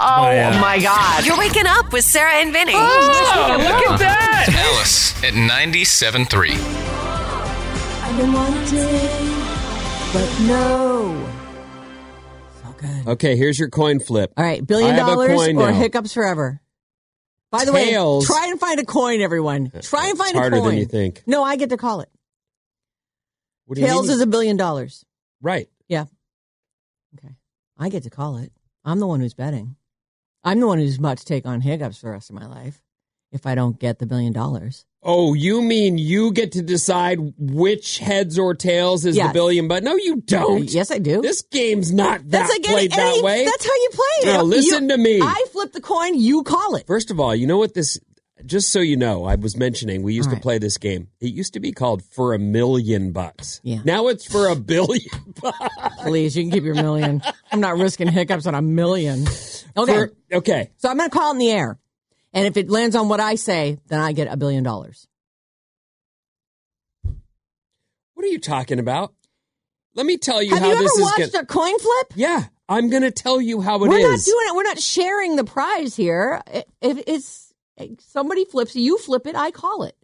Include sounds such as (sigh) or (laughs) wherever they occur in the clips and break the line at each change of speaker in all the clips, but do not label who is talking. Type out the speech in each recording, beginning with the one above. Oh
yeah.
my God.
You're waking up with Sarah and Vinny.
Oh, look at that.
Alice at 97.3.
Okay, here's your coin flip.
All right, billion
Uh, I have a
dollars or
coin now.
hiccups forever. By the
Tails. Uh,
way, try and find a coin, everyone. Try and find
harder
a coin.
than you think.
No, I get to call it.
What do you
Tails
mean?
is a billion dollars.
right.
Yeah. Okay. I get to call it. I'm the one who's betting. I'm the one who's about to take on hiccups for the rest of my life if I don't get the billion dollars.
Oh, you mean you get to decide which heads or tails is
Yes.
the billion? But no, you don't.
Uh, Yes, I do.
This game's not that
that's like any,
played that
any-
way.
That's how you play it.
Now,
You-
listen to me.
I flip the coin, you call it.
First of all, you know what this? Just so you know, I was mentioning we used
All
to
right.
play this game. It used to be called for a million bucks.
Yeah.
Now it's for a billion. (laughs)
Please, you can keep your million. I'm not risking hiccups on a million. Okay.
For- okay.
So I'm going to call it in the air. And if it lands on what I say, then I get a billion dollars.
What are you talking about? Let me tell you
Have
how
you ever
this is.
watched
gonna-
a coin flip?
yeah, I'm going to tell you how it
We're not
is.
doing it. We're not sharing the prize here. It, it, it's somebody flips, you flip it, I call it.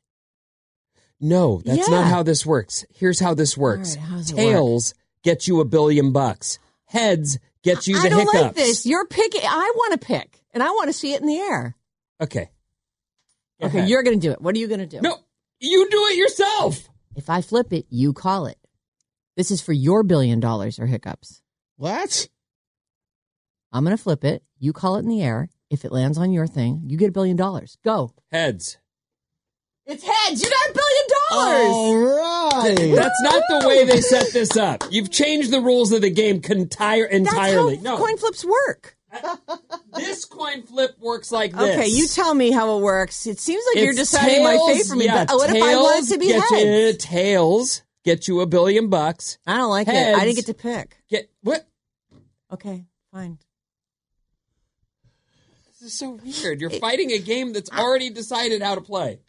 No, that's
Yeah.
not how this works. Here's how this works.
All right, how does it
Tails get you a billion bucks. Heads get you the
I don't
hiccups.
like this. You're picking. I want to pick, and I want to see it in the air.
Okay. Go
Okay,
ahead.
you're going to do it. What are you going to do?
No, you do it yourself.
If I flip it, you call it. This is for your billion dollars or hiccups.
What?
I'm going to flip it. You call it in the air. If it lands on your thing, you get a billion dollars. Go.
Heads.
It's heads. You got a billion dollars.
All right.
Oh. That's not the way they set this up. You've changed the rules of the game contire-
That's
entirely.
how
no,
coin flips work.
this coin flip works like this.
Okay, you tell me how it works. It seems like you're
It's
deciding
tails,
my fate for me.
Yeah,
but what if I want
tails
it to be
get
heads?
You, tails get you a billion bucks.
I don't like it. I didn't
Heads.
get to pick.
Get what?
Okay, fine.
This is so weird. You're fighting a game that's already decided how to play.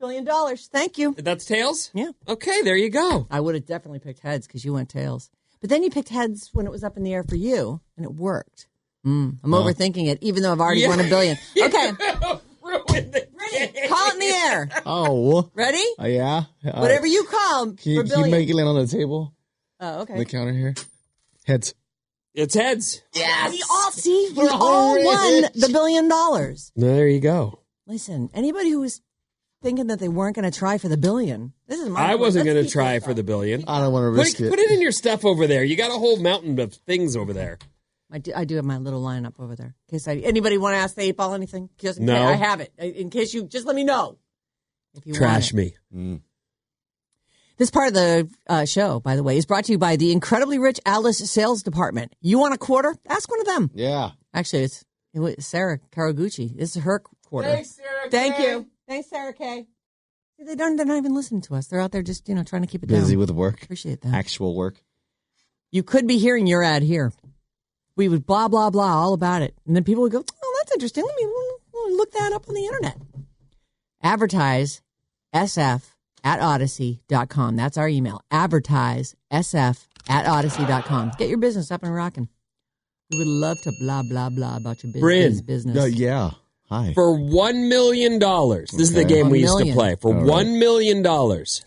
Billion dollars. Thank you.
That's tails.
Yeah.
Okay, there you go. (laughs)
I would have definitely picked heads because you went tails. But then you picked heads when it was up in the air for you, and it worked. Mm, I'm overthinking it, even though I've already
Yeah.
won
(laughs)
a billion. Okay,
Ruin the game.
call it in the air.
Oh.
Ready?
Uh, yeah. All
Whatever
right.
you call
Can you,
for
can you
billion.
make it land on the table?
oh, okay.
The counter here? Heads.
It's heads.
We all see. We
We're
all
all
won
rich.
the billion dollars.
There you go.
Listen, anybody who was thinking that they weren't going to try for the billion, this is my.
I wasn't
let's
going to
keep
try
this
for
up.
the billion.
I don't want to
Put
risk
it,
it.
put it in your stuff over there. You got a whole mountain of things over there.
I do, I do have my little lineup over there. In case I, anybody want to ask the eight ball anything? Just in
No.
case- I have it. I- In case you just let me know. If you want
Trash
it.
me.
This part of the uh, show, by the way, is brought to you by the incredibly rich Alice Sales Department. You want a quarter? Ask one of them.
Yeah.
Actually, it's it was Sarah Karaguchi. This is her quarter. Thanks, Sarah. Thank you. Thanks, Sarah K. See, They don't. They're not even listening to us. They're out there just you know trying to keep it
Busy
down.
with work.
Appreciate that.
Actual work.
you could be hearing your ad here. We would blah blah blah all about it, and then people would go, "Oh, that's interesting. Let me, let me look that up on the internet." Advertise sf at odyssey.com. That's our email. Advertise sf at odyssey.com. Get your business up and rocking. We would love to blah blah blah about your
Bryn.
business. business.
No, Uh, yeah. Hi.
For $1 million. This is the
Okay.
game
A
we used to
million.
play. For
All right.
$1 million.
Most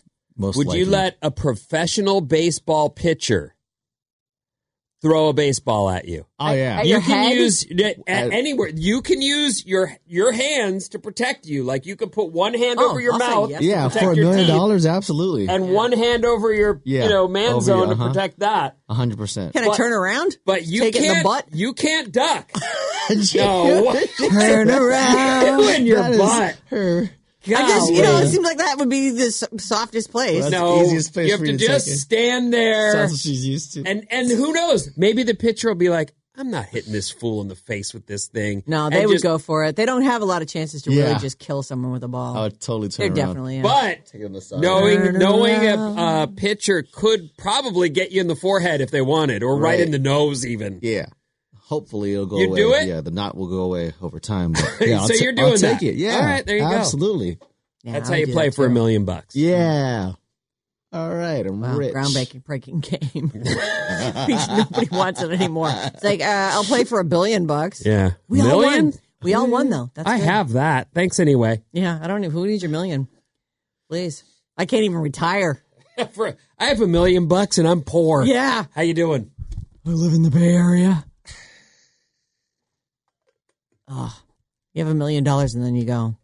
Would you
likely.
let a professional baseball pitcher throw a baseball at you?
Oh yeah.
At
you
your
can
head?
use at,
At-
anywhere. You can use your your hands to protect you. Like you can put one hand
Oh,
over your
I'll say
mouth,
yes.
to
yeah,
protect
for a
your
million
teeth,
dollars, absolutely.
and one hand over your
Yeah,
you know man
over
zone
your-
to
uh-huh.
protect that.
A hundred percent.
Can I
But-
turn around?
But you
Take it in
can't.
the butt?
You can't duck.
(laughs)
(laughs) no,
Turn around.
(laughs) in your
Oh, That is
butt.
her.
I just, you know,
Golly.
it seems like that would be the s- softest place.
Well, that's
no,
the easiest place
you have
for
to
you to take
just
it.
stand there.
Sounds what she's used to.
And and who knows? Maybe the pitcher will be like, I'm not hitting this fool in the face with this thing.
No,
And
they would
just-
go for it. They don't have a lot of chances to
Yeah.
really just kill someone with a ball.
Oh,
I would totally
They're
turn around.
definitely in.
But
Take it on the side.
knowing
Turn
knowing a,
around.
a pitcher could probably get you in the forehead if they wanted, or right,
Right.
in the nose even.
Yeah. Hopefully it'll go
You
away.
do it?
Yeah, the knot will go away over time. But
(laughs)
yeah, I'll
So
ta-
you're doing
I'll
that.
take it. Yeah.
All right, there you go. Mm.
Absolutely.
Yeah,
That's
I
how
would
you
do
play
that
for a
too.
million bucks.
Yeah. All right. I'm
Wow,
rich.
groundbreaking breaking game.
(laughs)
(laughs) Nobody wants it anymore. It's like uh, I'll play for a billion bucks.
Yeah.
we all
million?
won. We all won though. That's
I
good.
have that. Thanks
(laughs)
anyway.
Yeah, I don't know who needs your million. Please, I can't even retire.
For- I have a million bucks and I'm poor.
Yeah,
How you doing?
I live in the Bay Area. Oh, you have a million dollars and then you go.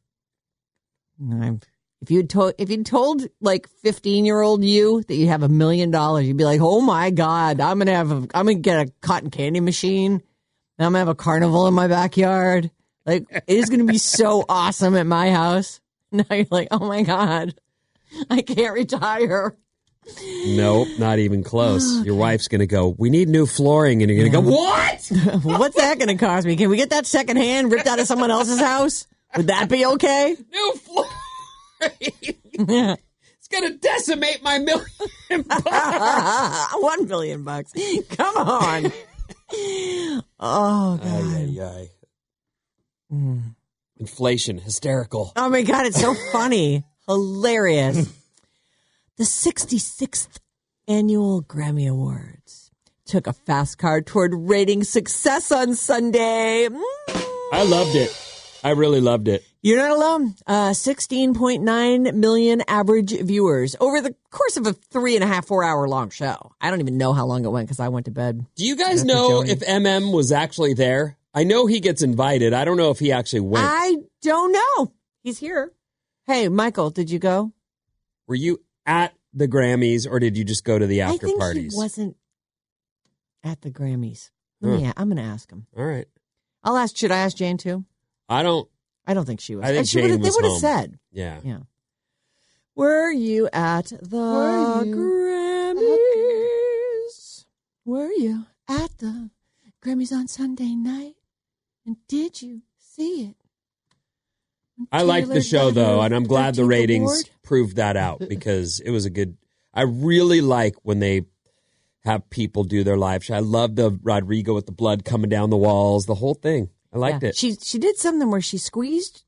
I'm, if you told if you told like fifteen year old you that you have a million dollars, you'd be like, "Oh my god, I'm gonna have a, I'm gonna get a cotton candy machine, and I'm gonna have a carnival in my backyard. Like it is gonna be (laughs) so awesome at my house." (laughs) Now you're like, "Oh my god, I can't retire."
Nope, not even close.
(gasps)
Your wife's going to go, we need new flooring. And you're going to go, what?
What's that going to cost me? Can we get that secondhand ripped out of someone else's house? Would that be okay?
new flooring. it's
Yeah.
going to decimate my million
(laughs) One million bucks. Come on. Oh, God.
Ay, ay, ay. Inflation, hysterical.
Oh, my God. It's so funny. Hilarious. The 66th Annual Grammy Awards took a fast card toward rating success on Sunday. Mm.
I loved it. I really loved it.
You're not alone. Uh, 16.9 million average viewers over the course of a three and a half, four hour long show. I don't even know how long it went because I went to bed.
Do you guys
That's
know
a
if
joke.
MM was actually there? I know he gets invited. I don't know if he actually went.
I don't know. He's here. Hey, Michael, did you go?
Were you at the Grammys or did you just go to the
I
after
think
parties? Hmm.
he wasn't at the Grammys. Let me- Yeah, I'm going to ask him.
All right.
I'll ask. Should I ask Jane too?
I don't.
I don't think she was.
I think
And she
Jane
would've-
was
They would
home.
have said.
Yeah.
Yeah. Were you at the Grammys? Were you at the Grammys on Sunday night? And did you see it?
I liked the
Taylor
show
got her
though, and I'm glad the
13th
ratings
award?
proved that
(laughs)
out because it was a good. I really like when they have people do their live show. I love the Rodrigo with the blood coming down the walls, the whole thing. I liked
Yeah.
it.
She she did something where she squeezed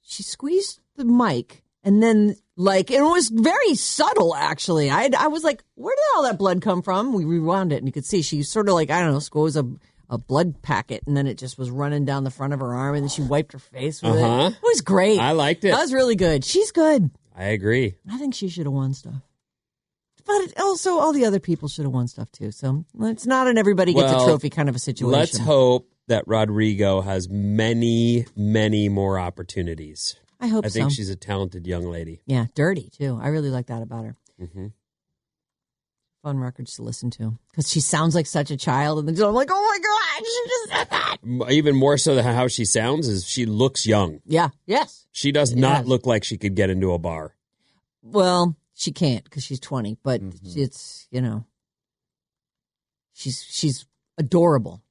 she squeezed the mic and then like it was very subtle actually. I I was like, where did all that blood come from? We rewound it and you could see she sort of like I don't know squeezed a a blood packet and then it just was running down the front of her arm and then she wiped her face with
Uh-huh.
it. It was great.
I liked it.
That was really good. She's good.
I agree.
I think she should have won stuff. But also, all the other people should have won stuff too. So it's not an everybody gets
Well,
a trophy kind of a situation.
Let's hope that Rodrigo has many, many more opportunities.
I hope
I think
so.
she's a talented young lady.
Yeah, dirty too. I really like that about her.
hmm
Fun records to listen to because she sounds like such a child, and then I'm like, oh my god, she just said that.
Even more so than how she sounds is she looks young.
Yeah. Yes.
She does not
Yes.
look like she could get into a bar.
Well, she can't because she's 20, but it's you know, she's she's adorable.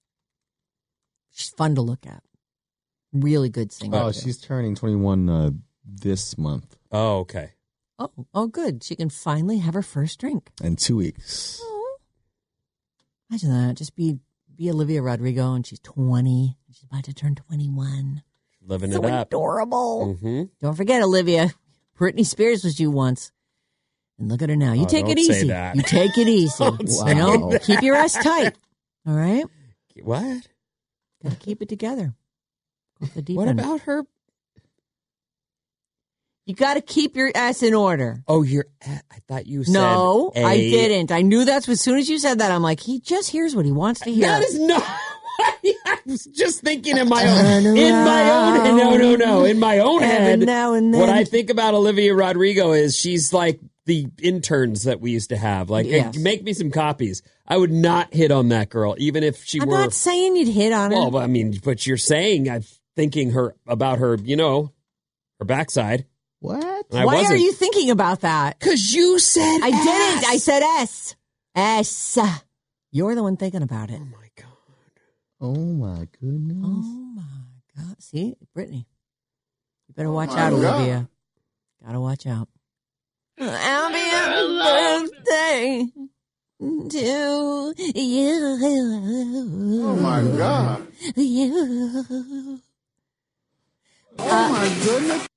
She's fun to look at. Really good singer.
Oh,
too.
she's turning 21 uh, this month
Oh, okay.
oh oh good. She can finally have her first drink.
in two weeks.
Imagine that. Just be be Olivia Rodrigo, and she's 20. She's about to turn 21.
Living
So
it up.
adorable.
Mm-hmm.
Don't forget, Olivia. Britney Spears was you once. And look at her now. You
Oh,
take
don't
it
say
easy.
that.
You take
(laughs)
it easy.
Don't
say
You know,
that.
keep your ass tight. All right?
What?
Gotta keep it together. Go for the deep
What
end.
about her?
You gotta keep your ass in order.
Oh, you're. I thought you said.
No,
I
I didn't. I knew that's what, as soon as you said that, I'm like, he just hears what he wants to hear.
That is not. (laughs) I was just thinking in my own. In my own. No, no, no. In my own head.
Every now and then.
What I think about Olivia Rodrigo is she's like the interns that we used to have. Like,
Yes.
make me some copies. I would not hit on that girl, even if she
I'm
were.
not saying you'd hit on her.
well, I mean, but you're saying I'm thinking her about her. You know, her backside.
What?
And I
Why are
wasn't.
you thinking about that?
Because you said
I didn't. I
ass.
said S. S. You're the one thinking about it.
my god.
Oh my goodness.
Oh my God. See, Brittany, you
Oh
better watch out, Olivia. Gotta watch out. Happy birthday to you.
Oh my God.
You. Uh,
Oh my goodness.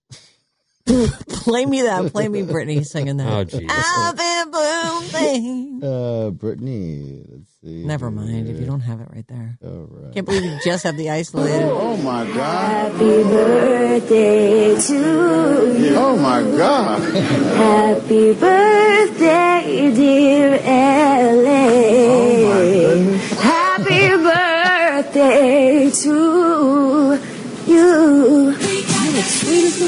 (laughs) Play me that. Play me Brittany singing that.
Oh, geez.
Happy birthday.
Uh, Brittany. Let's see.
Never
Mm-hmm.
mind if you don't have it right there.
All right.
Can't believe you just have the isolated.
Oh my God.
Happy birthday to you.
Oh
(laughs)
my God.
Happy birthday, dear LA. Happy birthday to you.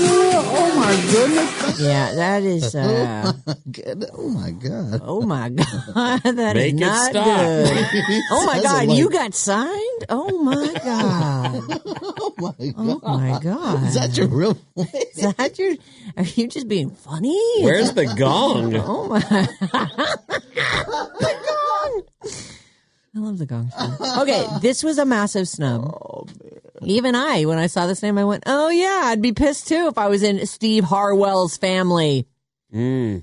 Oh my goodness.
Yeah, that
(laughs)
is. Uh,
Good- (laughs) Oh
(laughs)
my god.
Oh my god, (laughs) that
Make
is
it
not
stop.
good. Oh my
Says it
god,
like-
you got signed? Oh my
(laughs)
god.
Oh my god.
Oh my god.
Is that your real voice?
Is that your are you just being funny?
Where's the gong?
Oh my (laughs) I love the gong show. Okay, this was a massive snub.
Oh,
Even I, when I saw this name, I went, "Oh yeah, I'd be pissed too if I was in Steve Harwell's family."
Mm.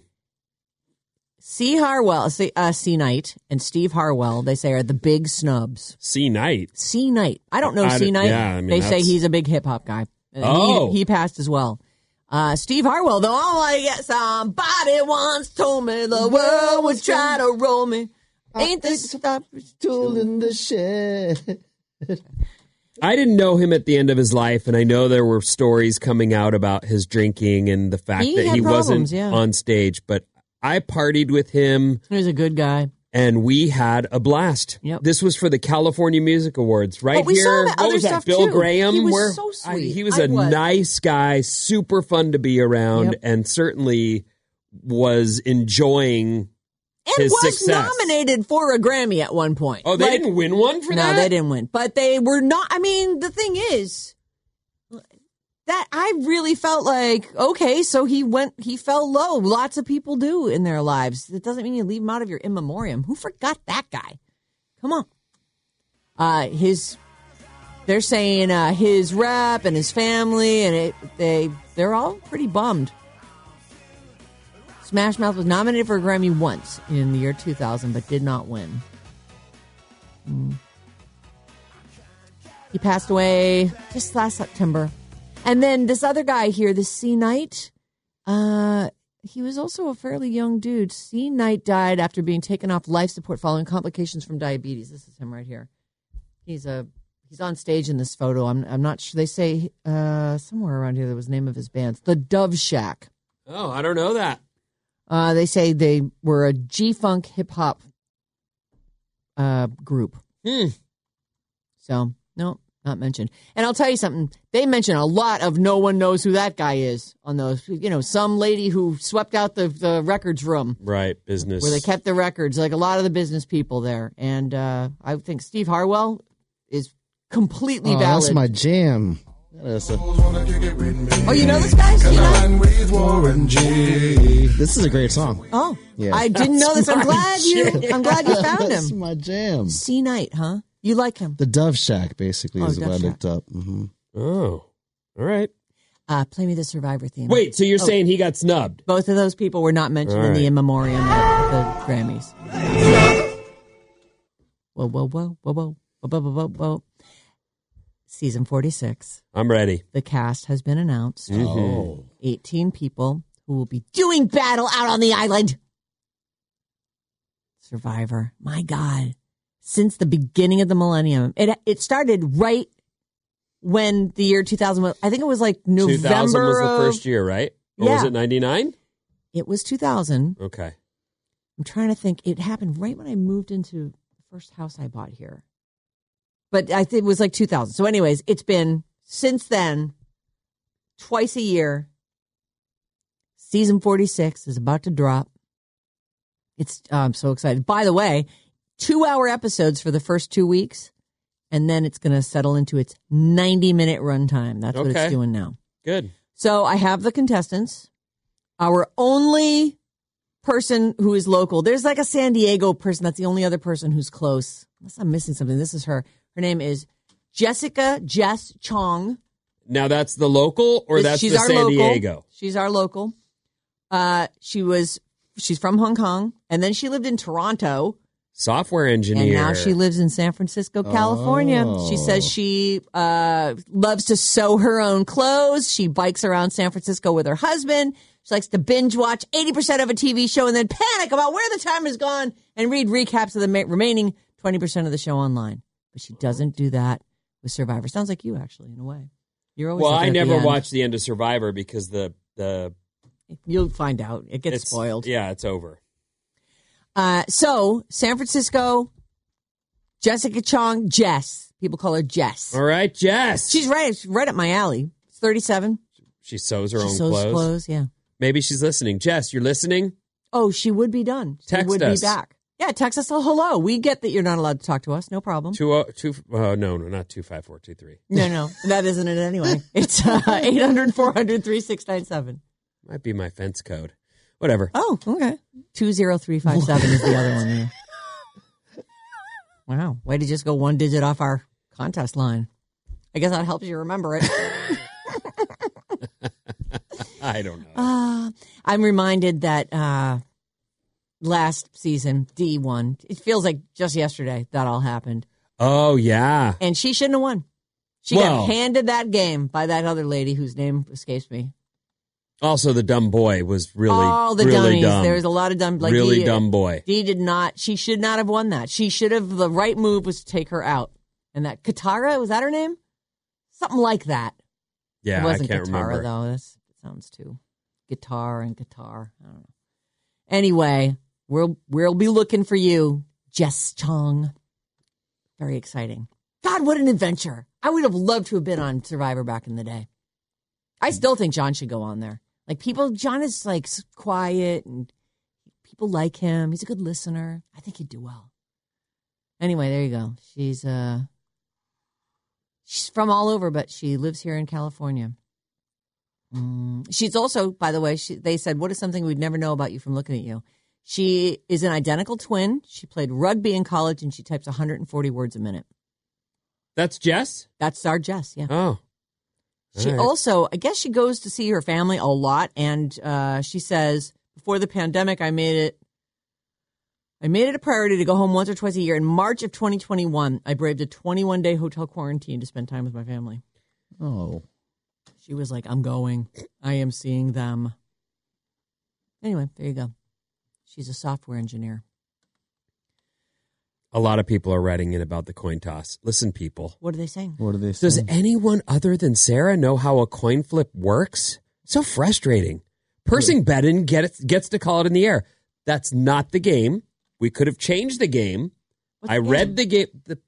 C. Harwell, C. Uh, C. Knight, and Steve Harwell, they say, are the big snubs.
C night.
C. Knight. I don't know
I
C.
d-
Knight.
yeah, I mean,
they say
that's-
he's a big hip hop guy. And
Oh.
he, he passed as well. Uh, Steve Harwell, though, I'm like, yeah, somebody once told me the world was trying to roll me. Ain't this stuff?
Tool in the shed.
I didn't know him at the end of his life, and I know there were stories coming out about his drinking and the fact
He
that
had
he wasn't
problems, yeah.
on stage. But I partied with him.
He's a good guy.
and we had a blast.
Yep.
This was for the California Music Awards, right
But we saw
here.
that
what
other
was
stuff,
that? Bill
too.
Graham.
He was
where-
so
I-
sweet.
he was
I
a
was.
nice guy, super fun to be around,
Yep.
and certainly was enjoying.
And
His
was
success.
nominated for a Grammy at one point.
Oh, they
Like,
didn't win one for
no,
that.
they didn't win. But they were not. I mean, the thing is that I really felt like okay, so he went, he fell low. Lots of people do in their lives. That doesn't mean you leave him out of your in memoriam. Who forgot that guy? Come on. Uh, his, they're saying uh, his rep and his family, and it, they they're all pretty bummed. Smash Mouth was nominated for a Grammy once in the year 2000, but did not win. He passed away just last September. And then this other guy here, the C Knight, uh, he was also a fairly young dude. C Knight died after being taken off life support following complications from diabetes. This is him right here. He's a he's on stage in this photo. I'm I'm not sure. They say uh, somewhere around here there was name of his band, the Dove Shack.
Oh, I don't know that.
Uh, they say they were a G Funk hip hop uh, group.
Hmm.
So, no, not mentioned. And I'll tell you something. They mention a lot of no one knows who that guy is on those. You know, some lady who swept out the, the records room
Right, business.
where they kept the records, like a lot of the business people there. And uh, I think Steve Harwell is completely
Oh,
valid.
that's my jam. That's a-
oh, you know this guy? You know?
this is a great song.
Oh,
Yeah.
I didn't know this. I'm glad you. I'm glad
(laughs)
you found
That's
him.
my jam.
C Knight, huh? You like him?
The Dove Shack basically
Oh,
is what
Dove
I
Shack.
looked up. hmm
oh, all right. Oh.
Uh, play me the Survivor theme.
Wait, so you're saying he got snubbed?
Both of those people were not mentioned in
All
the
right.
in memoriam at the Grammys. Whoa, whoa, whoa, whoa, whoa, whoa, whoa, whoa, whoa, whoa. Season 46.
I'm ready.
The cast has been announced.
Mm-hmm.
Oh.
18 people who will be doing battle out on the island. Survivor. My God. Since the beginning of the millennium, it, it started right when the year 2000 was, I think it was like November.
2000 was the
of-
first year, right? Or was
Yeah.
it 99?
It was 2000.
Okay.
I'm trying to think. It happened right when I moved into the first house I bought here. But I think it was like 2000. So, anyways, it's been since then twice a year. Season 46 is about to drop. It's, oh, I'm so excited. By the way, two hour episodes for the first two weeks, and then it's going to settle into its 90 minute runtime. That's what
Okay.
it's doing now.
Good.
So I have the contestants. Our only person who is local. There's like a San Diego person. That's the only other person who's close. Unless I'm missing something. This is her. Her name is Jessica Jess Chong.
Now that's the local or that's
This-
the San
local.
Diego?
She's our local. Uh, she was she's from Hong Kong, and then she lived in Toronto,
Software engineer. Oh.
and now she lives in San Francisco, California. She says she uh, loves to sew her own clothes. She bikes around San Francisco with her husband. She likes to binge watch eighty percent of a TV show and then panic about where the time has gone and read recaps of the ma- remaining twenty percent of the show online. But she doesn't do that with Survivor. Sounds like you, actually, in a way. You're always
Well,
looking
I
at the
never
end.
watched the end of Survivor because the the
You'll find out. It gets
it's-
spoiled.
Yeah, it's over.
Uh, so, San Francisco, Jessica Chong, Jess. People call her Jess.
All right, Jess.
She's right, she's right up my alley. It's 37.
She sews her
She
own
sews
clothes.
clothes, yeah.
Maybe she's listening. Jess, you're listening.
Oh, she would be done. She
Text
would
us.
be back. Yeah, text us a hello. We get that you're not allowed to talk to us. No problem.
Two oh two. Oh no, no, not two five four two three.
No, no, (laughs) that isn't it anyway.
(laughs)
It's uh, 800 400 3697.
Might be my fence code. Whatever.
Oh, okay. 20357 is the other one. yeah. Wow. Way to just go one digit off our contest line. I guess that helps you remember it.
I don't know.
Uh, I'm reminded that uh, last season, D1, it feels like just yesterday that all happened.
Oh yeah.
And she shouldn't have won. She
Well-
got handed that game by that other lady whose name escapes me.
Also, the dumb boy was really
all the
really
dummies.
dumb.
There was a lot of dumb. Like
really
D, uh,
dumb boy.
D did not. She should not have won that. She should have. The right move was to take her out. And that Katara was that her name? Something like that.
Yeah,
it wasn't
I can't
Katara
remember.
though. That's, that sounds too guitar and guitar. I don't know. Anyway, we'll we'll be looking for you, Jess Chong. Very exciting. God, what an adventure! I would have loved to have been on Survivor back in the day. I still think John should go on there. Like people, John is like s- quiet and people like him. He's a good listener. I think he'd do well. Anyway, there you go. She's uh she's from all over, but she lives here in California. Mm. She's also, by the way, she, they said, "What is something we'd never know about you from looking at you?" She is an identical twin. She played rugby in college, and she types 140 words a minute.
That's Jess.
That's our Jess. Yeah.
Oh,
She
All right.
also, I guess, she goes to see her family a lot, and uh, she says, "Before the pandemic, I made it." I made it a priority to go home once or twice a year. In March of 2021, I braved a 21 day hotel quarantine to spend time with my family.
Oh.
She was like, I'm going. I am seeing them. Anyway, there you go. She's a software engineer.
a lot of people are writing in about the coin toss. Listen, people.
What are they saying?
What are they
Does
saying?
anyone other than Sarah know how a coin flip works? So frustrating. Person betting get it, gets to call it in the air. That's not the game. We could have changed the game. I read the game. The,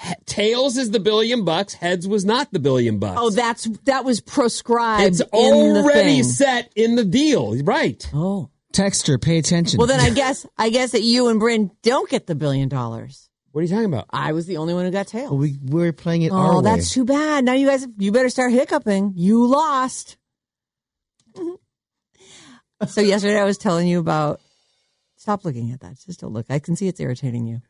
he- tails is the billion bucks. Heads was not the billion bucks.
Oh, that's that was proscribed.
it's
in the
already
thing.
set in the deal. Right.
Oh.
Texture, pay attention.
Well then I guess I guess that you and Bryn don't get the billion dollars.
What are you talking about?
I was the only one who got tail.
Well, Oh, we we're playing it our
oh, that's
way.
too bad. Now you guys you better start hiccuping. You lost. (laughs) so yesterday I was telling you about stop looking at that. Just don't look. I can see it's irritating you.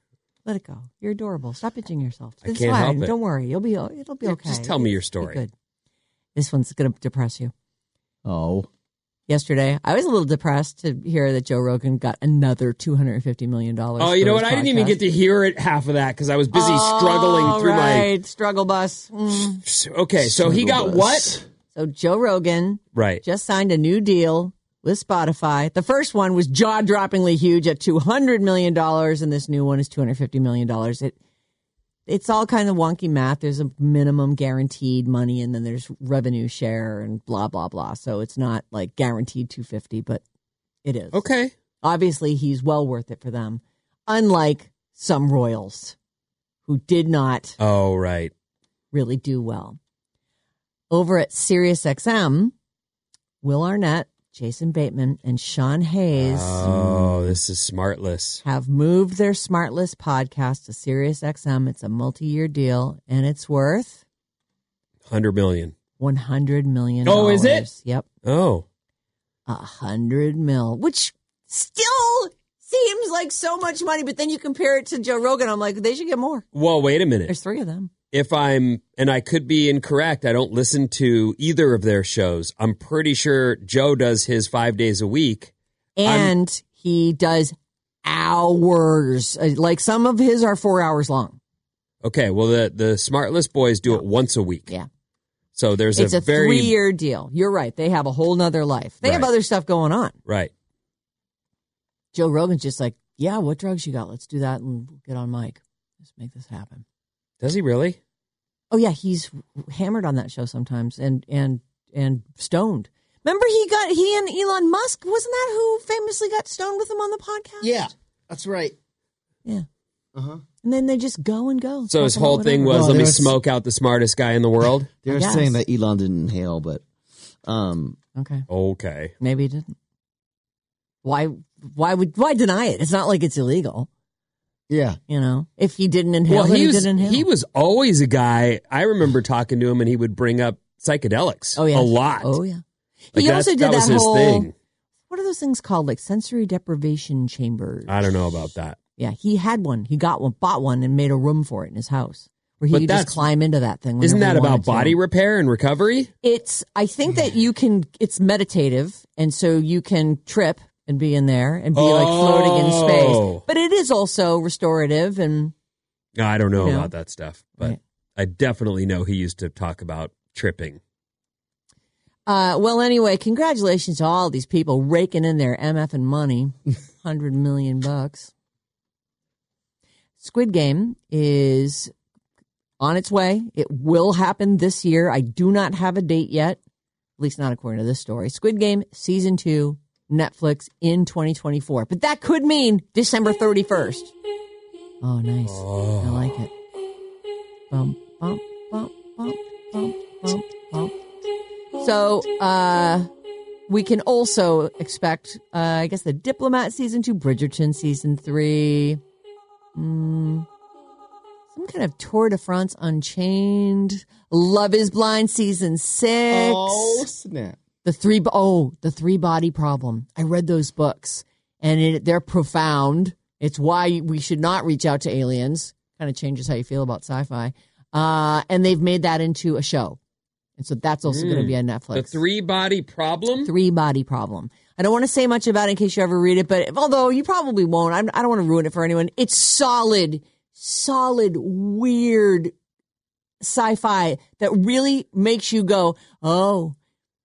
Let it go. You're adorable. Stop itching yourself.
I
It's
can't help
fine.
it.
Don't worry. You'll be it'll be
Yeah,
okay.
just tell me your
It'll be
story.
Good. This one's gonna depress you.
Oh,
Yesterday, I was a little depressed to hear that Joe Rogan got another two hundred and fifty million dollars.
Oh, you know what? I didn't even get to hear it half of that because I was busy struggling through
right. struggle bus. Mm.
my. Okay, so he got what?
So Joe Rogan
Right.
just signed a new deal with Spotify. The first one was jaw droppingly huge at $200 million, and this new one is $250 million. It, it's all kind of wonky math. There's a minimum guaranteed money, and then there's revenue share and blah, blah, blah. So it's not like guaranteed 250 but it is.
Okay.
Obviously, he's well worth it for them, unlike some Royals who did not
Oh, right.
really do well. Over at SiriusXM, Will Arnett, Jason Bateman, and Sean Hayes
Oh, this is smartless.
have moved their Smartless podcast to SiriusXM. It's a multi-year deal, and it's worth
Hundred million.
one hundred million.
Oh, is it?
Yep,
Oh,
a hundred mil, which still seems like so much money, but then you compare it to Joe Rogan. I'm like, they should get more.
Well, wait a minute.
There's three of them.
if I'm, and I could be incorrect, I don't listen to either of their shows. I'm pretty sure Joe does his five days a week.
And he does hours. Uh, Like some of his are four hours long.
Okay, well, the, the Smartless boys do it once a week.
Yeah.
So there's
it's a,
a, very.
three year deal. You're right. They have a whole nother life. They have
Right.
other stuff going on.
Right.
Joe Rogan's just like, yeah, what drugs you got? Let's do that and get on mic. Let's make this happen.
Does he really?
Oh yeah, he's hammered on that show sometimes, and and and stoned. Remember, he got he and Elon Musk. Wasn't that who famously got stoned with him on the podcast?
Yeah, that's right.
Yeah.
Uh-huh.
And then they just go and go.
So his
Talk about
whole thing
whatever.
was
No,
let me
there's-
smoke out the smartest guy in the world.
They were
guess.
saying that Elon didn't inhale, but um,
okay.
okay.
Maybe he didn't. Why? Why would? Why deny it? It's not like it's illegal.
yeah,
You know, if he didn't inhale,
well,
then
he
he,
was,
didn't inhale.
he was always a guy. I remember talking to him and he would bring up psychedelics
Oh yeah.
a lot.
Oh yeah.
Like,
he
that-
also did
that
that,
was his
whole.
thing.
What are those things called? Like sensory deprivation chambers.
I don't know about that.
Yeah, he had one. He got one, bought one, and made a room for it in his house where he
But
could just
that's-
climb into that thing.
Isn't that
whenever he
about
wanted to.
body repair and recovery?
It's. I think that you can. It's meditative, and so you can trip and be in there and be like floating in
Oh.
space. But it is also restorative, and
No, I don't know
You know.
about that stuff, but
Right.
I definitely know he used to talk about tripping.
uh, well, anyway, congratulations to all these people raking in their mf and money, hundred million bucks. Squid Game is on its way. It will happen this year. I do not have a date yet, at least not according to this story. Squid Game season two, Netflix in 2024. But that could mean December 31st. Oh, nice. I like it. Bump, bump, bump, bump, bump, bump, bump. So, uh, we can also expect, uh, I guess, the Diplomat season two, Bridgerton season three, mm, some kind of Tour de France Unchained, Love Is Blind season six,
Oh snap!
the three oh the three body problem. I read those books, and it, they're profound. It's why we should not reach out to aliens. Kind of changes how you feel about sci-fi. Uh, and they've made that into a show, and so that's also going to be on Netflix.
Mm. The three body problem?
Mm-hmm.
Three body problem. I don't want to say much about it in case you ever read it, but although you probably won't, I'm, I don't want to ruin it for anyone. It's solid, solid, weird sci fi that really makes you go, oh,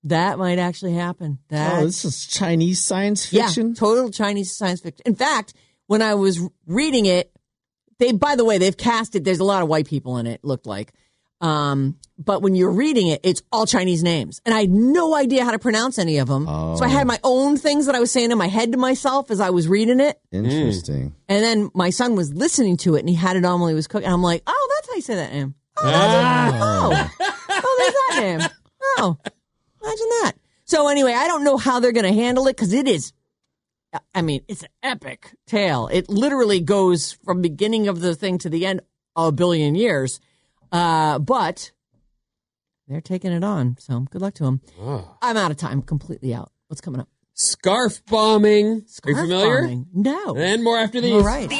that might actually happen. That,
Oh, this is Chinese science
Yeah,
fiction.
total Chinese science fiction. In fact, when I was reading it, they by the way they've cast it. There's a lot of white people in it. it Looked like, um, but when you're reading it, it's all Chinese names, and I had no idea how to pronounce any of them. So I had my own things that I was saying in my head to myself as I was reading it,
Mm. Interesting.
and then my son was listening to it, and he had it on while he was cooking. And I'm like, oh, that's how you say that name. Oh,
Ah!
that's oh. oh, there's that name. Oh, imagine that. So anyway, I don't know how they're going to handle it because it is. I mean, it's an epic tale. It literally goes from beginning of the thing to the end a billion years. Uh, but they're taking it on. So good luck to them. I'm out of time. Completely out. What's coming up?
Scarf bombing. Are you
Scarf
familiar?
bombing. No.
And more after these.
All right.
(gasps)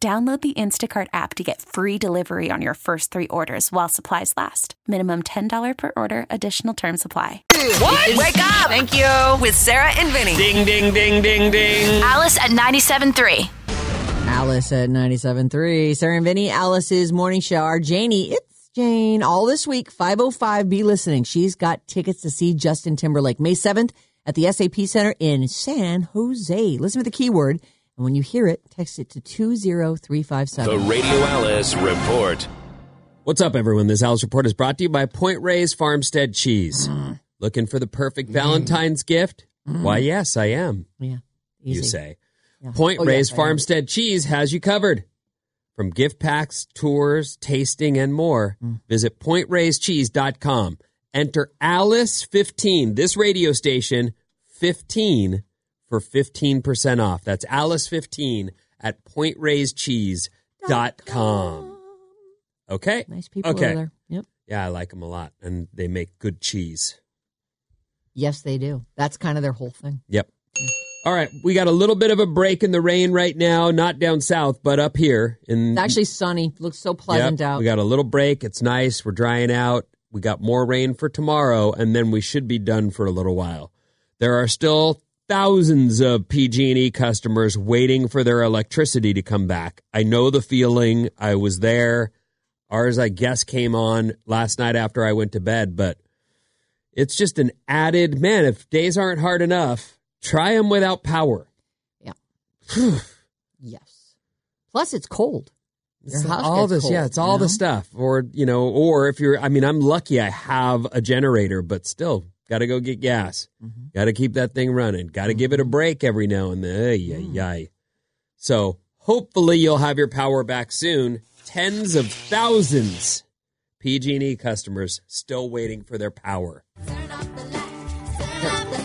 Download the Instacart app to get free delivery on your first three orders while supplies last. Minimum $10 per order, additional term supply.
Wake up! Thank you. With Sarah and Vinny.
Ding, ding, ding, ding, ding.
Alice at 97.3.
Alice at 97.3. Sarah and Vinny, Alice's morning show. Our Janie, it's Jane. All this week, 505, be listening. She's got tickets to see Justin Timberlake May 7th at the SAP Center in San Jose. Listen to the keyword, and when you hear it, text it to 20357.
The Radio Alice Report.
What's up, everyone? This Alice Report is brought to you by Point Reyes Farmstead Cheese.
Mm.
Looking for the perfect Valentine's gift? Why, yes, I am.
Yeah.
You
Mm. easy.
say.
Yeah.
Point
Oh,
Reyes
yes, I am.
Farmstead Cheese has you covered. From gift packs, tours, tasting, and more,
Mm.
visit pointraisedcheese.com. Enter Alice15, this radio station, 15 for 15% off. That's Alice15 at pointraisedcheese.com. Okay.
Nice people
okay.
over there. Yep.
Yeah, I like them a lot, and they make good cheese.
Yes, they do. That's kind of their whole thing.
Yep. All right, we got a little bit of a break in the rain right now, not down south, but up here in
It's actually sunny. Looks so pleasant
Yep,
out.
We got a little break. It's nice. We're drying out. We got more rain for tomorrow, and then we should be done for a little while. There are still thousands of PG&E E customers waiting for their electricity to come back. I know the feeling. I was there. Ours, I guess, came on last night after I went to bed, but it's just an added man. If days aren't hard enough, try them without power.
yes. Plus, it's cold. Your
It's
house
all
gets
this,
cold,
yeah, it's
you
all
know?
the stuff, or you know, or if you're, I mean, I'm lucky I have a generator, but still, got to go get gas,
Mm-hmm.
got to keep that thing running, got to give it a break every now and then. Ay,
Mm.
ay, ay. So hopefully you'll have your power back soon. Tens of thousands PG&E E customers still waiting for their power.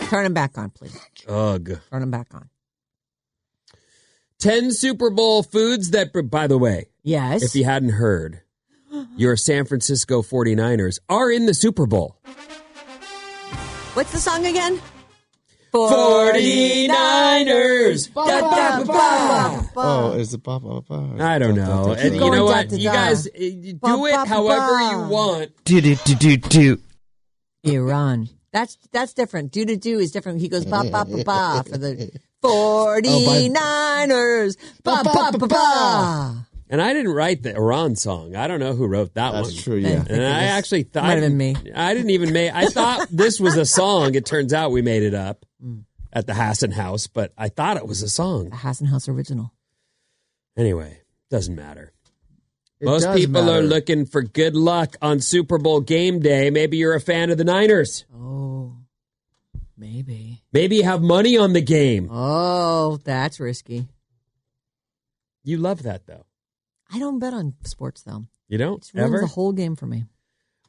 Turn them back on, please.
Ugh.
Turn them back on.
Ten Super Bowl foods that, by the way,
Yes.
if you hadn't heard, your San Francisco 49ers are in the Super Bowl.
What's the song again?
49ers.
Ba, ba, ba, ba, ba.
Oh, is it Bob? Bob, Bob?
I don't know.
Keep
And you
going,
know
da,
what?
da,
You
da.
guys uh, you do it
ba,
however
ba.
you want.
Do do do do do.
Iran. That's that's different. Do to do is different. He goes ba ba ba ba for the (laughs) 49ers. Oh, Ba ba ba ba.
And I didn't write the Iran song. I don't know who wrote that one.
That's true. Yeah.
And I actually thought
Might have been me.
I didn't even make. I
(laughs)
thought this was a song. It turns out we made it up
Mm.
at the Hassan House, but I thought it was a
The
song.
Hassan House original.
Anyway, doesn't matter.
It
Most
does
people are
matter.
looking for good luck on Super Bowl game day. Maybe you're a fan of the Niners.
Oh, maybe.
Maybe you have money on the game.
Oh, that's risky.
You love that though.
I don't bet on sports though.
You don't
It's ruins
ever.
the whole Mm. game for me.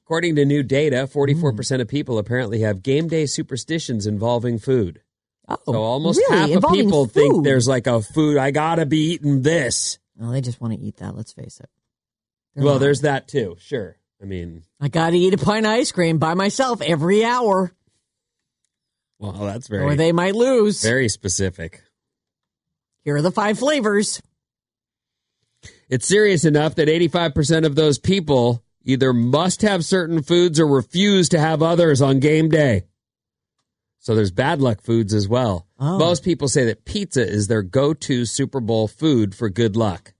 According to new data, 44% of people apparently have game day superstitions involving food.
Oh,
So almost
really?
half of
Involving
people
food?
think there's like a food, I gotta be eating this.
No, they just want to eat that. Let's face it. They're
well,
not.
there's that too, sure. I mean,
I got to eat a pint of ice cream by myself every hour,
well, that's
or
very,
Oh, they might lose.
very specific.
Here are the five flavors.
It's serious enough that 85% of those people either must have certain foods or refuse to have others on game day. So there's bad luck foods as well.
Oh.
Most people say that pizza is their go to Super Bowl food for good luck.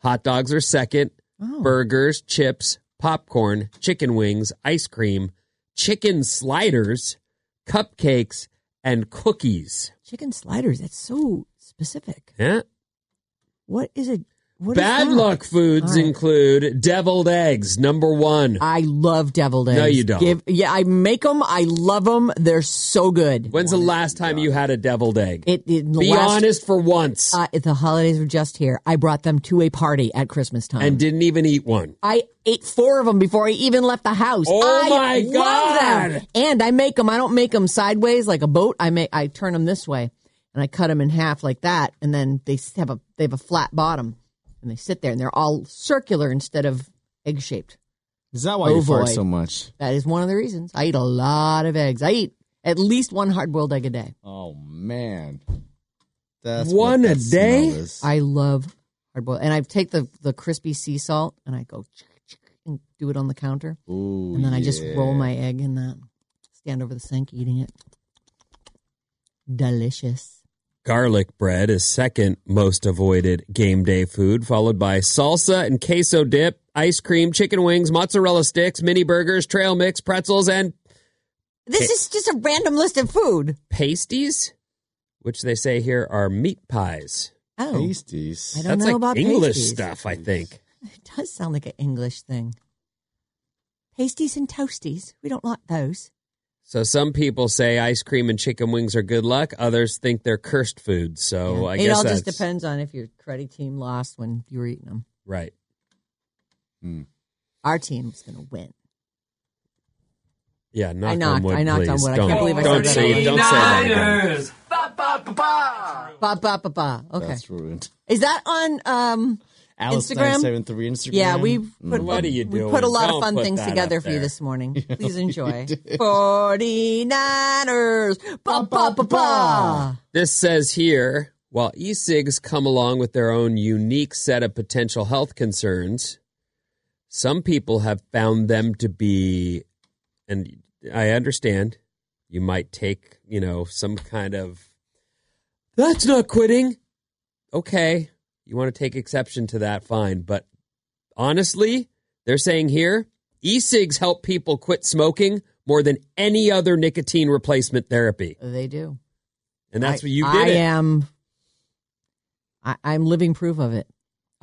Hot dogs are second,
Oh.
Oh. burgers, chips, popcorn, chicken wings, ice cream, chicken sliders, cupcakes, and cookies.
Chicken sliders. That's so specific.
Yeah.
What is it? What is
Bad
that?
luck foods
All right.
include deviled eggs, number one.
I love deviled eggs.
No, you don't.
yeah, I make them. I love them. They're so good.
When's the last time you had a deviled egg?
It, it the
Be
last,
honest for once.
Uh, the holidays were just here. I brought them to a party at Christmas time.
and didn't even eat one.
I ate four of them before I even left the house.
Oh
I
my
love them.
God.
And I make them. I don't make them sideways like a boat. I make. I turn them this way, and I cut them in half like that, and then they s- have a they have a flat bottom, and they sit there, and they're all circular instead of egg shaped.
Is that why you fart
Ovoid.
so much?
That is one of the reasons I eat a lot of eggs. I eat at least one hard boiled egg a day.
Oh man, that's what
One a
that
day?
smell is.
I love hard boiled, and I take the the crispy sea salt, and I go and do it on the counter.
Oh,
Ooh,
and then I just
yeah.
roll my egg in that, stand over the sink eating it. Delicious.
Garlic bread is second most avoided game day food, followed by salsa and queso dip, ice cream, chicken wings, mozzarella sticks, mini burgers, trail mix, pretzels, and
This is just a random list of food.
Pasties? which they say here are meat pies.
Oh.
Pasties.
I
That's
don't know
like
about
English
pasties.
stuff, I think.
It does sound like an English thing. Pasties and toasties. We don't like those.
So some people say ice cream and chicken wings are good luck. Others think they're cursed food. So Oh, I
it
guess
all
that's
just depends on if your cruddy team lost when you were eating them.
right.
Our team's going to win.
Yeah, knock
I knocked.
on wood,
I knocked
please.
on wood. I
Don't,
can't believe I
don't
said
say,
that.
Don't say that again.
Ba ba ba ba. Ba ba ba ba. Okay.
That's ruined.
Is that on um,
Alice
Instagram?
973 Instagram. Mm.
Yeah, we put,
What are you
we
doing?
put a lot
Don't
of fun
put
things
that
together
up
for you
there.
this
(laughs)
morning. (laughs)
Yeah,
Please
you
enjoy.
did.
49ers. Ba ba ba ba.
This says here while e cigs come along with their own unique set of potential health concerns, some people have found them to be, and I understand you might take, you know, some kind of, that's not quitting. Okay. You want to take exception to that, fine. But honestly, they're saying here e cigs help people quit smoking more than any other nicotine replacement therapy.
They do.
And that's
I-
what you did.
I
it.
am. I, I'm living proof of it.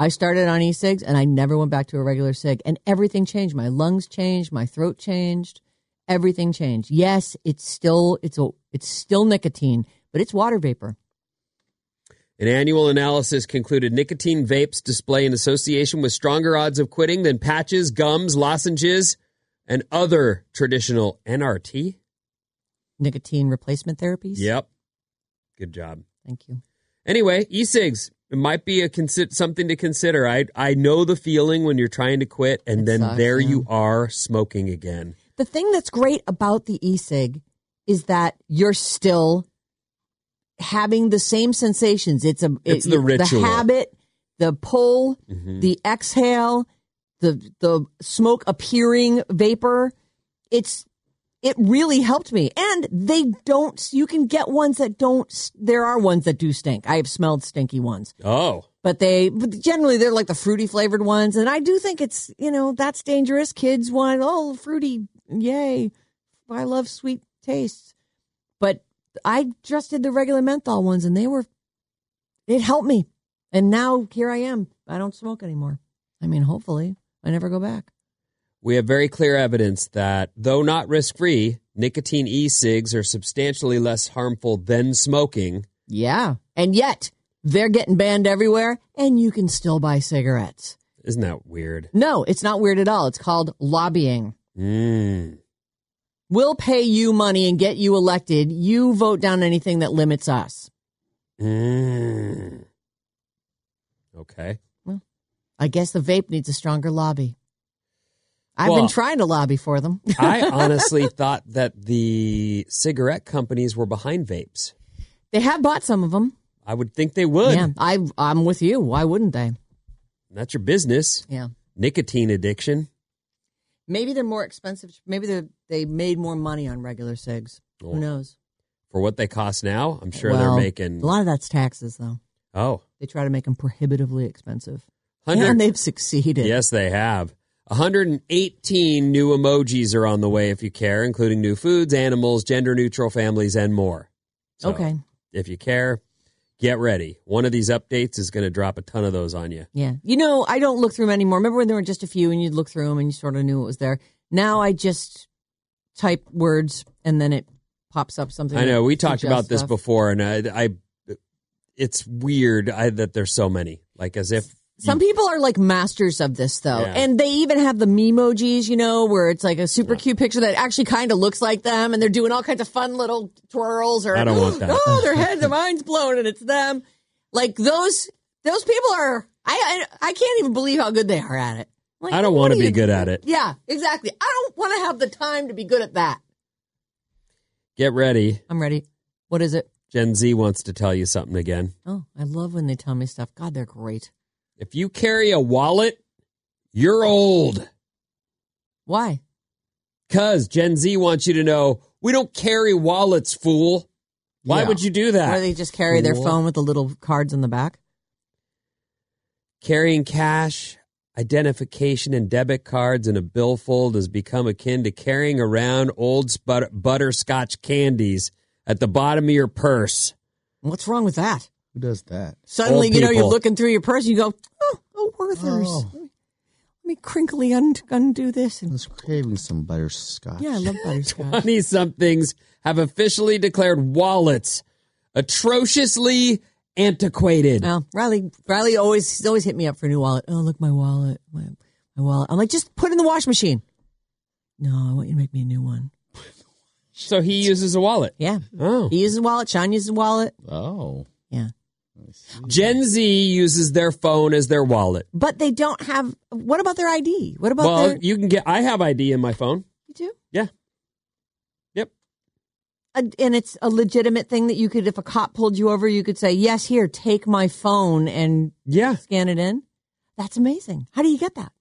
I started on e-cigs and I never went back to a regular cig, and everything changed. My lungs changed, my throat changed, everything changed. Yes, it's still it's a it's still nicotine, but it's water vapor.
An annual analysis concluded nicotine vapes display an association with stronger odds of quitting than patches, gums, lozenges, and other traditional NRT.
Nicotine replacement therapies.
Yep. Good job.
Thank you.
Anyway, e-cigs it might be a consi- something to consider. I I know the feeling when you're trying to quit and then
sucks,
there
yeah.
you are smoking again.
The thing that's great about the e-cig is that you're still having the same sensations. It's a
It's the ritual.
the habit, the pull,
Mhm.
the exhale, the the smoke appearing vapor. It's it really helped me, and they don't. You can get ones that don't. There are ones that do stink. I have smelled stinky ones
Oh.
but they but generally they're like the fruity flavored ones and i do think it's you know that's dangerous kids want oh fruity yay i love sweet tastes but i just did the regular menthol ones and they were it helped me and now here i am i don't smoke anymore i mean hopefully i never go back
We have very clear evidence that, though not risk free, nicotine e cigs are substantially less harmful than smoking.
yeah and yet they're getting banned everywhere and you can still buy cigarettes
Isn't that weird?
no it's not weird at all it's called lobbying
Mm.
We'll pay you money and get you elected. You vote down anything that limits us.
Mm. Okay.
I guess the vape needs a stronger lobby. I've
Well-
been trying to lobby for them.
(laughs) I uh, honestly (laughs) thought that the cigarette companies were behind vapes.
(laughs) they have bought some of them.
I would think they would.
Yeah, I, I'm with you. Why wouldn't they?
That's your business.
Yeah.
Nicotine addiction.
Maybe they're more expensive. Maybe they they made more money on regular cigs.
Well,
Who knows?
For what they cost now, I'm sure
Well,
they're making.
a lot of that's taxes, though.
Oh,
They try to make them prohibitively expensive,
100
and they've succeeded.
Yes, they have. 118 new emojis are on the way if you care, including new foods, animals, gender neutral families, and more. So,
Okay.
If you care, get ready. One of these updates is going to drop a ton of those on you.
Yeah. You know, I don't look through them anymore. Remember when there were just a few and you'd look through them and you sort of knew what was there? Now I just type words and then it pops up something.
I know.
that
We talked
suggests
about this
stuff.
before, and I, I it's weird I, that there's so many. Like, as if.
Some people are like masters of this though.
Yeah.
And they even have the memojis, you know, where it's like a super cute picture that actually kind of looks like them and they're doing all kinds of fun little twirls or
I don't want that.
oh, their head,
(laughs)
their mind's blown and it's them. Like those those people are I I, I can't even believe how good they are at it. Like,
I don't
what
want
are
to be
you
good at it.
Yeah, exactly. I don't want to have the time to be good at that.
Get ready.
I'm ready. What is it?
Gen Z wants to tell you something again.
Oh, I love when they tell me stuff. God, they're great.
If you carry a wallet, you're old.
Why?
Because Gen Z wants you to know we don't carry wallets, fool. Why would you do that?
Where they just carry their
Wha-
phone with the little cards in the back.
Carrying cash, identification, and debit cards in a billfold has become akin to carrying around old sput- butterscotch candies at the bottom of your
(laughs)
purse.
What's wrong with that?
Who does that?
Suddenly,
Old
you know, you're
people.
looking through your purse and you go, oh, oh Werther's. Let me- Let me crinkly un- undo this. And,
Craving some butterscotch.
yeah, I (laughs) love butterscotch.
20 somethings have officially declared wallets atrociously antiquated.
Well, Riley, Riley always he's always hit me up for a new wallet. Oh, look my wallet, my, my wallet. I'm like, just put it in the wash machine. No, I want you to make me a new one.
So he uses a wallet.
Yeah.
Oh.
He uses a wallet. Sean uses a wallet.
Oh.
Yeah.
Gen Z uses their phone as their wallet.
But they don't have. What about their ID? What about
Well,
their?
you can get I have ID in my phone.
You do.
Yeah. Yep.
A- and it's a legitimate thing that you could, if a cop pulled you over, you could say, "Yes, here, take my phone and
yeah,
scan it in." That's amazing. How do you get that?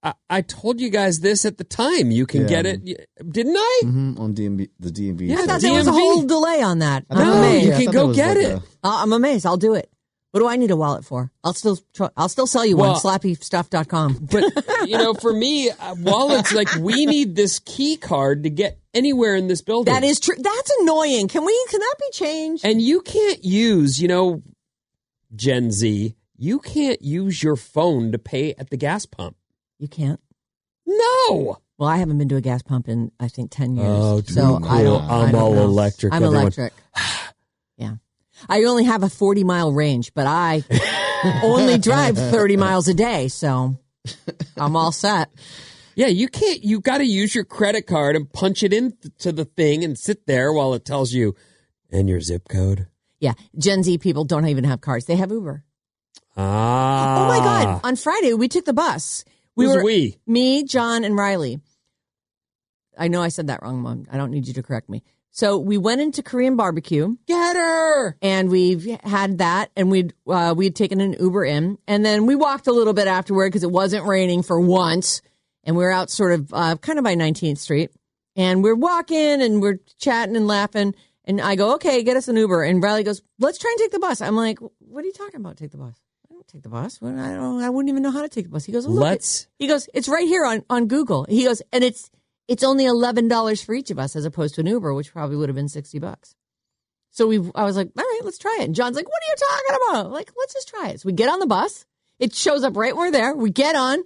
I, I told you guys this at the time. You can
Yeah.
get it, y- didn't I?
Mm-hmm, on DMV, the DMV.
I
site.
thought there was a whole delay on that.
I thought
I'm
that was-
amazed.
yeah, I thought that was like a-
Uh, I'm amazed. I'll do it. What do I need a wallet for? I'll still tr- I'll still sell you one.
Well-
Slappystuff.com.
But you know, for me, uh, wallets like
(laughs)
we need this key card to get anywhere in this building.
That is true. That's annoying. Can we? Can that be changed?
And you can't use, you know, Gen Z, you can't use your phone to pay at the gas pump.
You can't.
No.
Well, I haven't been to a gas pump in I think ten years.
Oh, dude,
so I don't,
cool.
I
I'm
don't
all
know.
electric,
I'm
everyone.
electric. (sighs) yeah, I only have a forty mile range,
(laughs)
but I only drive thirty miles a day, so I'm all set.
Yeah, you can't. You got to use your credit card and punch it into the thing and sit there while it tells you and your zip code.
Yeah, Gen Z people don't even have cars; they have Uber.
Ah.
Oh my god! On Friday, we took the bus. We
Who's
were
we?
me, John, and Riley. I know I said that wrong, Mom. I don't need you to correct me. So we went into Korean barbecue.
Get her.
and we had that, and we'd uh, we had taken an Uber in, and then we walked a little bit afterward because it wasn't raining for once, and we were out sort of uh, kind of by 19th Street, and we're walking and we're chatting and laughing, and I go, okay, get us an Uber, and Riley goes, let's try and take the bus. I'm like, what are you talking about? Take the bus? I don't take the bus. Well, I don't. I wouldn't even know how to take the bus. He goes, well, look,
Let's-
it- he goes, it's right here on on Google. He goes, and it's. It's only eleven dollars for each of us, as opposed to an Uber, which probably would have been sixty bucks. So we, I was like, all right, let's try it. And John's like, what are you talking about? I'm Like, let's just try it. So we get on the bus. It shows up right when we're there. We get on.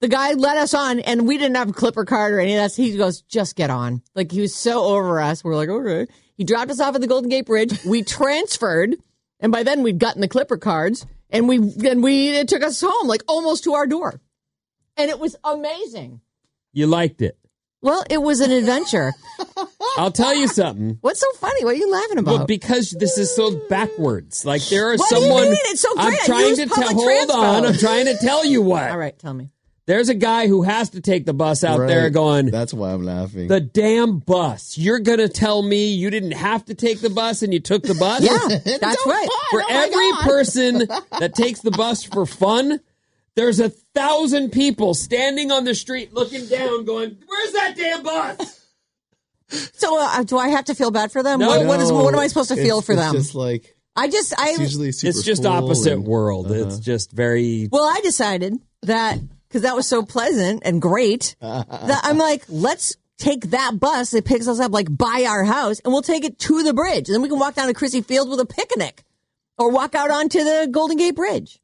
The guy let us on, and we didn't have a clipper card or any of that. So he goes, just get on. Like he was so over us. We're like, okay. He dropped us off at the Golden Gate Bridge. We (laughs) transferred, and by then we'd gotten the clipper cards, and we then we it took us home, like almost to our door, and it was amazing.
You liked it.
Well, it was an adventure.
I'll tell
(laughs)
you something.
What's so funny? What are you laughing about?
Well, because this is so backwards. Like there are
Uh, What do you
someone.
mean? It's so
I'm
great. I
trying
use
to
public
tell. Hold on.
transport.
I'm trying to tell you what.
All right, tell me.
There's a guy who has to take the bus out there
Right.
going.
That's why I'm laughing.
The damn bus. You're going to tell me you didn't have to take the bus and you took the bus? (laughs)
(laughs) Yeah, that's right. Oh
For every person
(laughs)
that takes the bus for fun, there's a thousand people standing on the street looking down going, Where's that damn bus?
So uh, do I have to feel bad for them?
No.
What, what is
No,
what am I supposed to
it's-
feel for
it's
them?
Just like
I just I
it's usually super
it's just
full
opposite
and-
world. It's just very.
well I decided that because that was so pleasant and great that I'm like let's take that bus that picks us up like by our house and we'll take it to the bridge and then we can walk down to Chrissy Field with a picnic or walk out onto the Golden Gate Bridge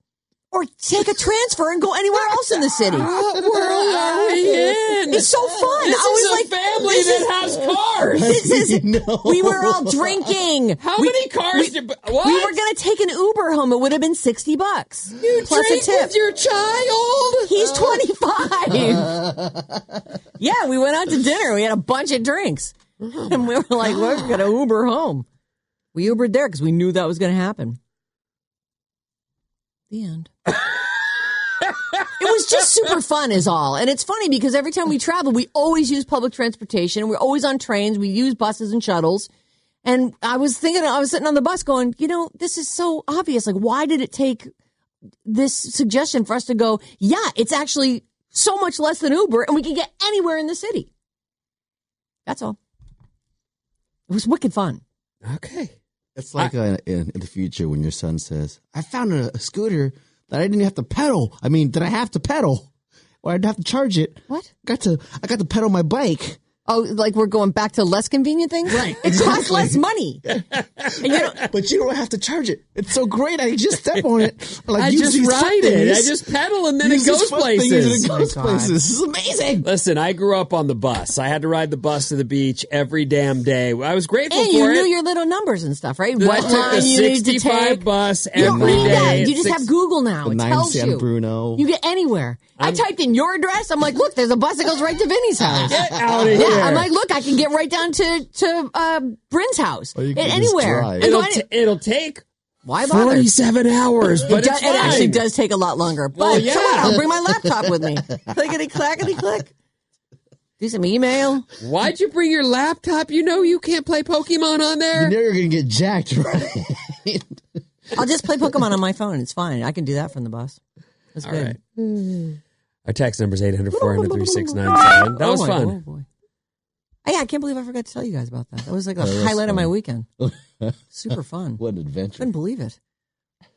or take a transfer and go anywhere else in the
(laughs)
city.
What world are we in?
It's so fun.
This
I was
is a
like,
family
this
that
is-
has cars. (laughs)
This is we were all drinking.
How
We-
many cars
we-
did. What?
We were gonna take an Uber home. It would have been sixty bucks
you
plus
drink
a tip.
with your child?
(laughs) He's twenty five. yeah, we went out to dinner. We had a bunch of drinks, and we were like, "We're gonna Uber home." We Ubered there because we knew that was gonna happen. The end. it was just super fun, is all. And it's funny because every time we travel, we always use public transportation. We're always on trains. We use buses and shuttles. And I was thinking, I was sitting on the bus going, you know, this is so obvious. Like, why did it take this suggestion for us to go, yeah, it's actually so much less than Uber and we can get anywhere in the city? That's all. It was wicked fun.
Okay.
It's like uh in, in the future when your son says, "I found a, a scooter that I didn't have to pedal. I mean, that I have to pedal, or I'd have to charge it. What? Got to. I got to pedal my bike.
Oh, like we're going back to less convenient things? Right. It costs less (laughs) money.
but you don't have to charge it. It's so great. I just step
(laughs)
on it. Like,
I
use
just
these foot
ride it. I
things.
just pedal and then
Use
it
these
goes
foot things and
places.
it goes Oh my God. places. This is amazing.
Listen, I grew up on the bus. I had to ride the bus to the beach every damn day. I was grateful
and
for
you
it.
knew your little numbers and stuff, right?
Then I
What
took the
line you need to
65
take.
bus
you don't
every
need that.
day.
You just
Six-
have Google now.
The
it
nine
tells
San
you.
Bruno.
You get anywhere. i typed in your address. I'm like, look, there's a bus that goes right to Vinny's house. (laughs)
Get outta
yeah,
here.
I'm like, look, I can get right down to to uh, Bryn's house.
Or you
It-
can just
anywhere.
drive.
I go
It'll
any-
ta-
it'll take
why bother?
47 hours, but
it, does-
it's
it actually
fine.
does take a lot longer. But
Well, yeah.
come on, I'll bring my laptop with me. Clickety clackety click. Do some email.
Why'd you bring your laptop? You know you can't play Pokemon on there.
You know you're gonna get jacked,
(laughs)
right?
I'll just play Pokemon on my phone. It's fine. I can do that from the bus. That's
All
good.
right. Our text number is 800 400 3697. That
Oh
was
my-
fun.
oh boy. Oh, yeah, I can't believe I forgot to tell you guys about that. That was like the
Oh, that's
highlight of my
fun.
weekend. Super fun.
What an adventure!
Couldn't believe it.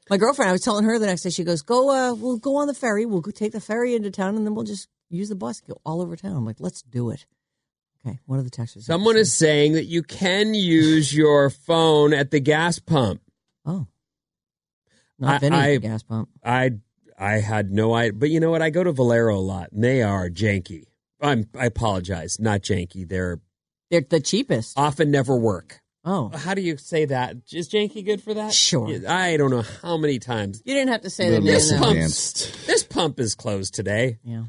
My girlfriend, I was telling her the next day, she goes, "Go, uh, we'll go on the ferry. We'll go take the ferry into town, and then we'll just use the bus, go all over town." I'm like, "Let's do it." Okay, one of the texters.
Someone is saying that you can use your phone at the gas pump.
Oh. Not
I-
Vinny at
I-
the gas pump.
I I had no idea, but you know what? I go to Valero a lot, and they are janky. I'm I apologize, not janky. They're
They're the cheapest.
often never work.
Oh,
How do you say that? Is janky good for that?
Sure.
Yeah, I don't know how many times.
you didn't have to say the
Little
name.
less
though.
advanced.
This pump is closed today.
Yeah.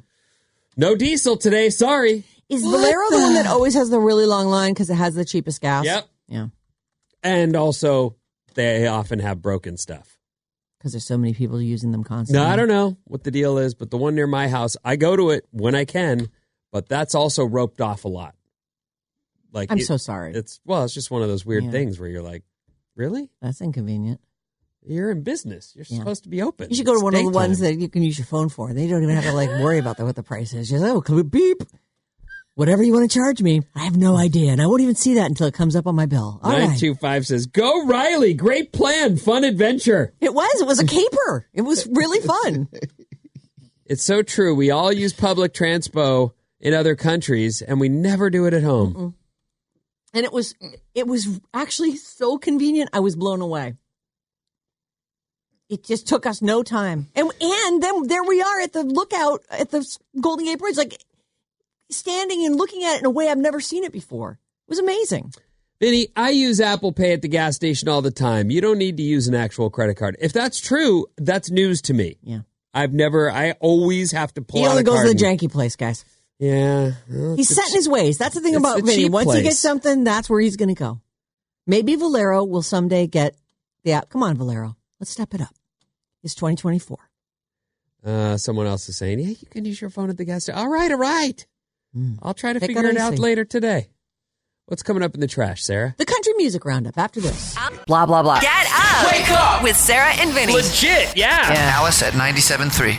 No diesel today. Sorry.
Is Valero the one that always has the really long line because it has the cheapest gas?
Yep.
Yeah.
And also, they often have broken stuff.
Because there's so many people using them constantly.
No, I don't know what the deal is, but the one near my house, I go to it when I can, but that's also roped off a lot. Like
I'm
it-
so sorry.
It's well, it's just one of those weird
Yeah.
things where you're like, really?
That's inconvenient.
You're in business. You're
Yeah.
supposed to be open.
You should go to
It's
one of the
daytime.
ones that you can use your phone for. They don't even have to like worry about the, what the price is. Just oh, click, beep. Whatever you want to charge me, I have no idea, and I won't even see that until it comes up on my bill. All right.
925 says, "Go Riley, great plan, fun adventure."
It was. It was a caper. It was really fun.
It's so true. We all use public transpo in other countries and we never do it at home.
and it was it was actually so convenient i was blown away it just took us no time and and then there we are at the lookout at the golden gate bridge like standing and looking at it in a way i've never seen it before it was amazing
Vinny, I use Apple Pay at the gas station all the time. You don't need to use an actual credit card. If that's true, that's news to me.
yeah
I've never. I always have to pull
he
out
only
a
goes
card.
to the
and-
janky place guys
Yeah, well,
he's
it's-
set in his ways that's the thing
it's
about
the
vinny
cheap
once he gets
place.
something that's where he's going to go maybe valero will someday get the app come on valero let's step it up it's 2024
Uh, someone else is saying, "Yeah, you can use your phone at the gas station." All right, all right.
Hmm.
I'll try to
Pick
figure
up
it out
easy.
later today. What's coming up in the trash, Sarah?
the country music roundup after this
Blah, blah, blah. Get up.
Wake up.
With Sarah and Vinny.
Legit, yeah.
Alice at 97.3.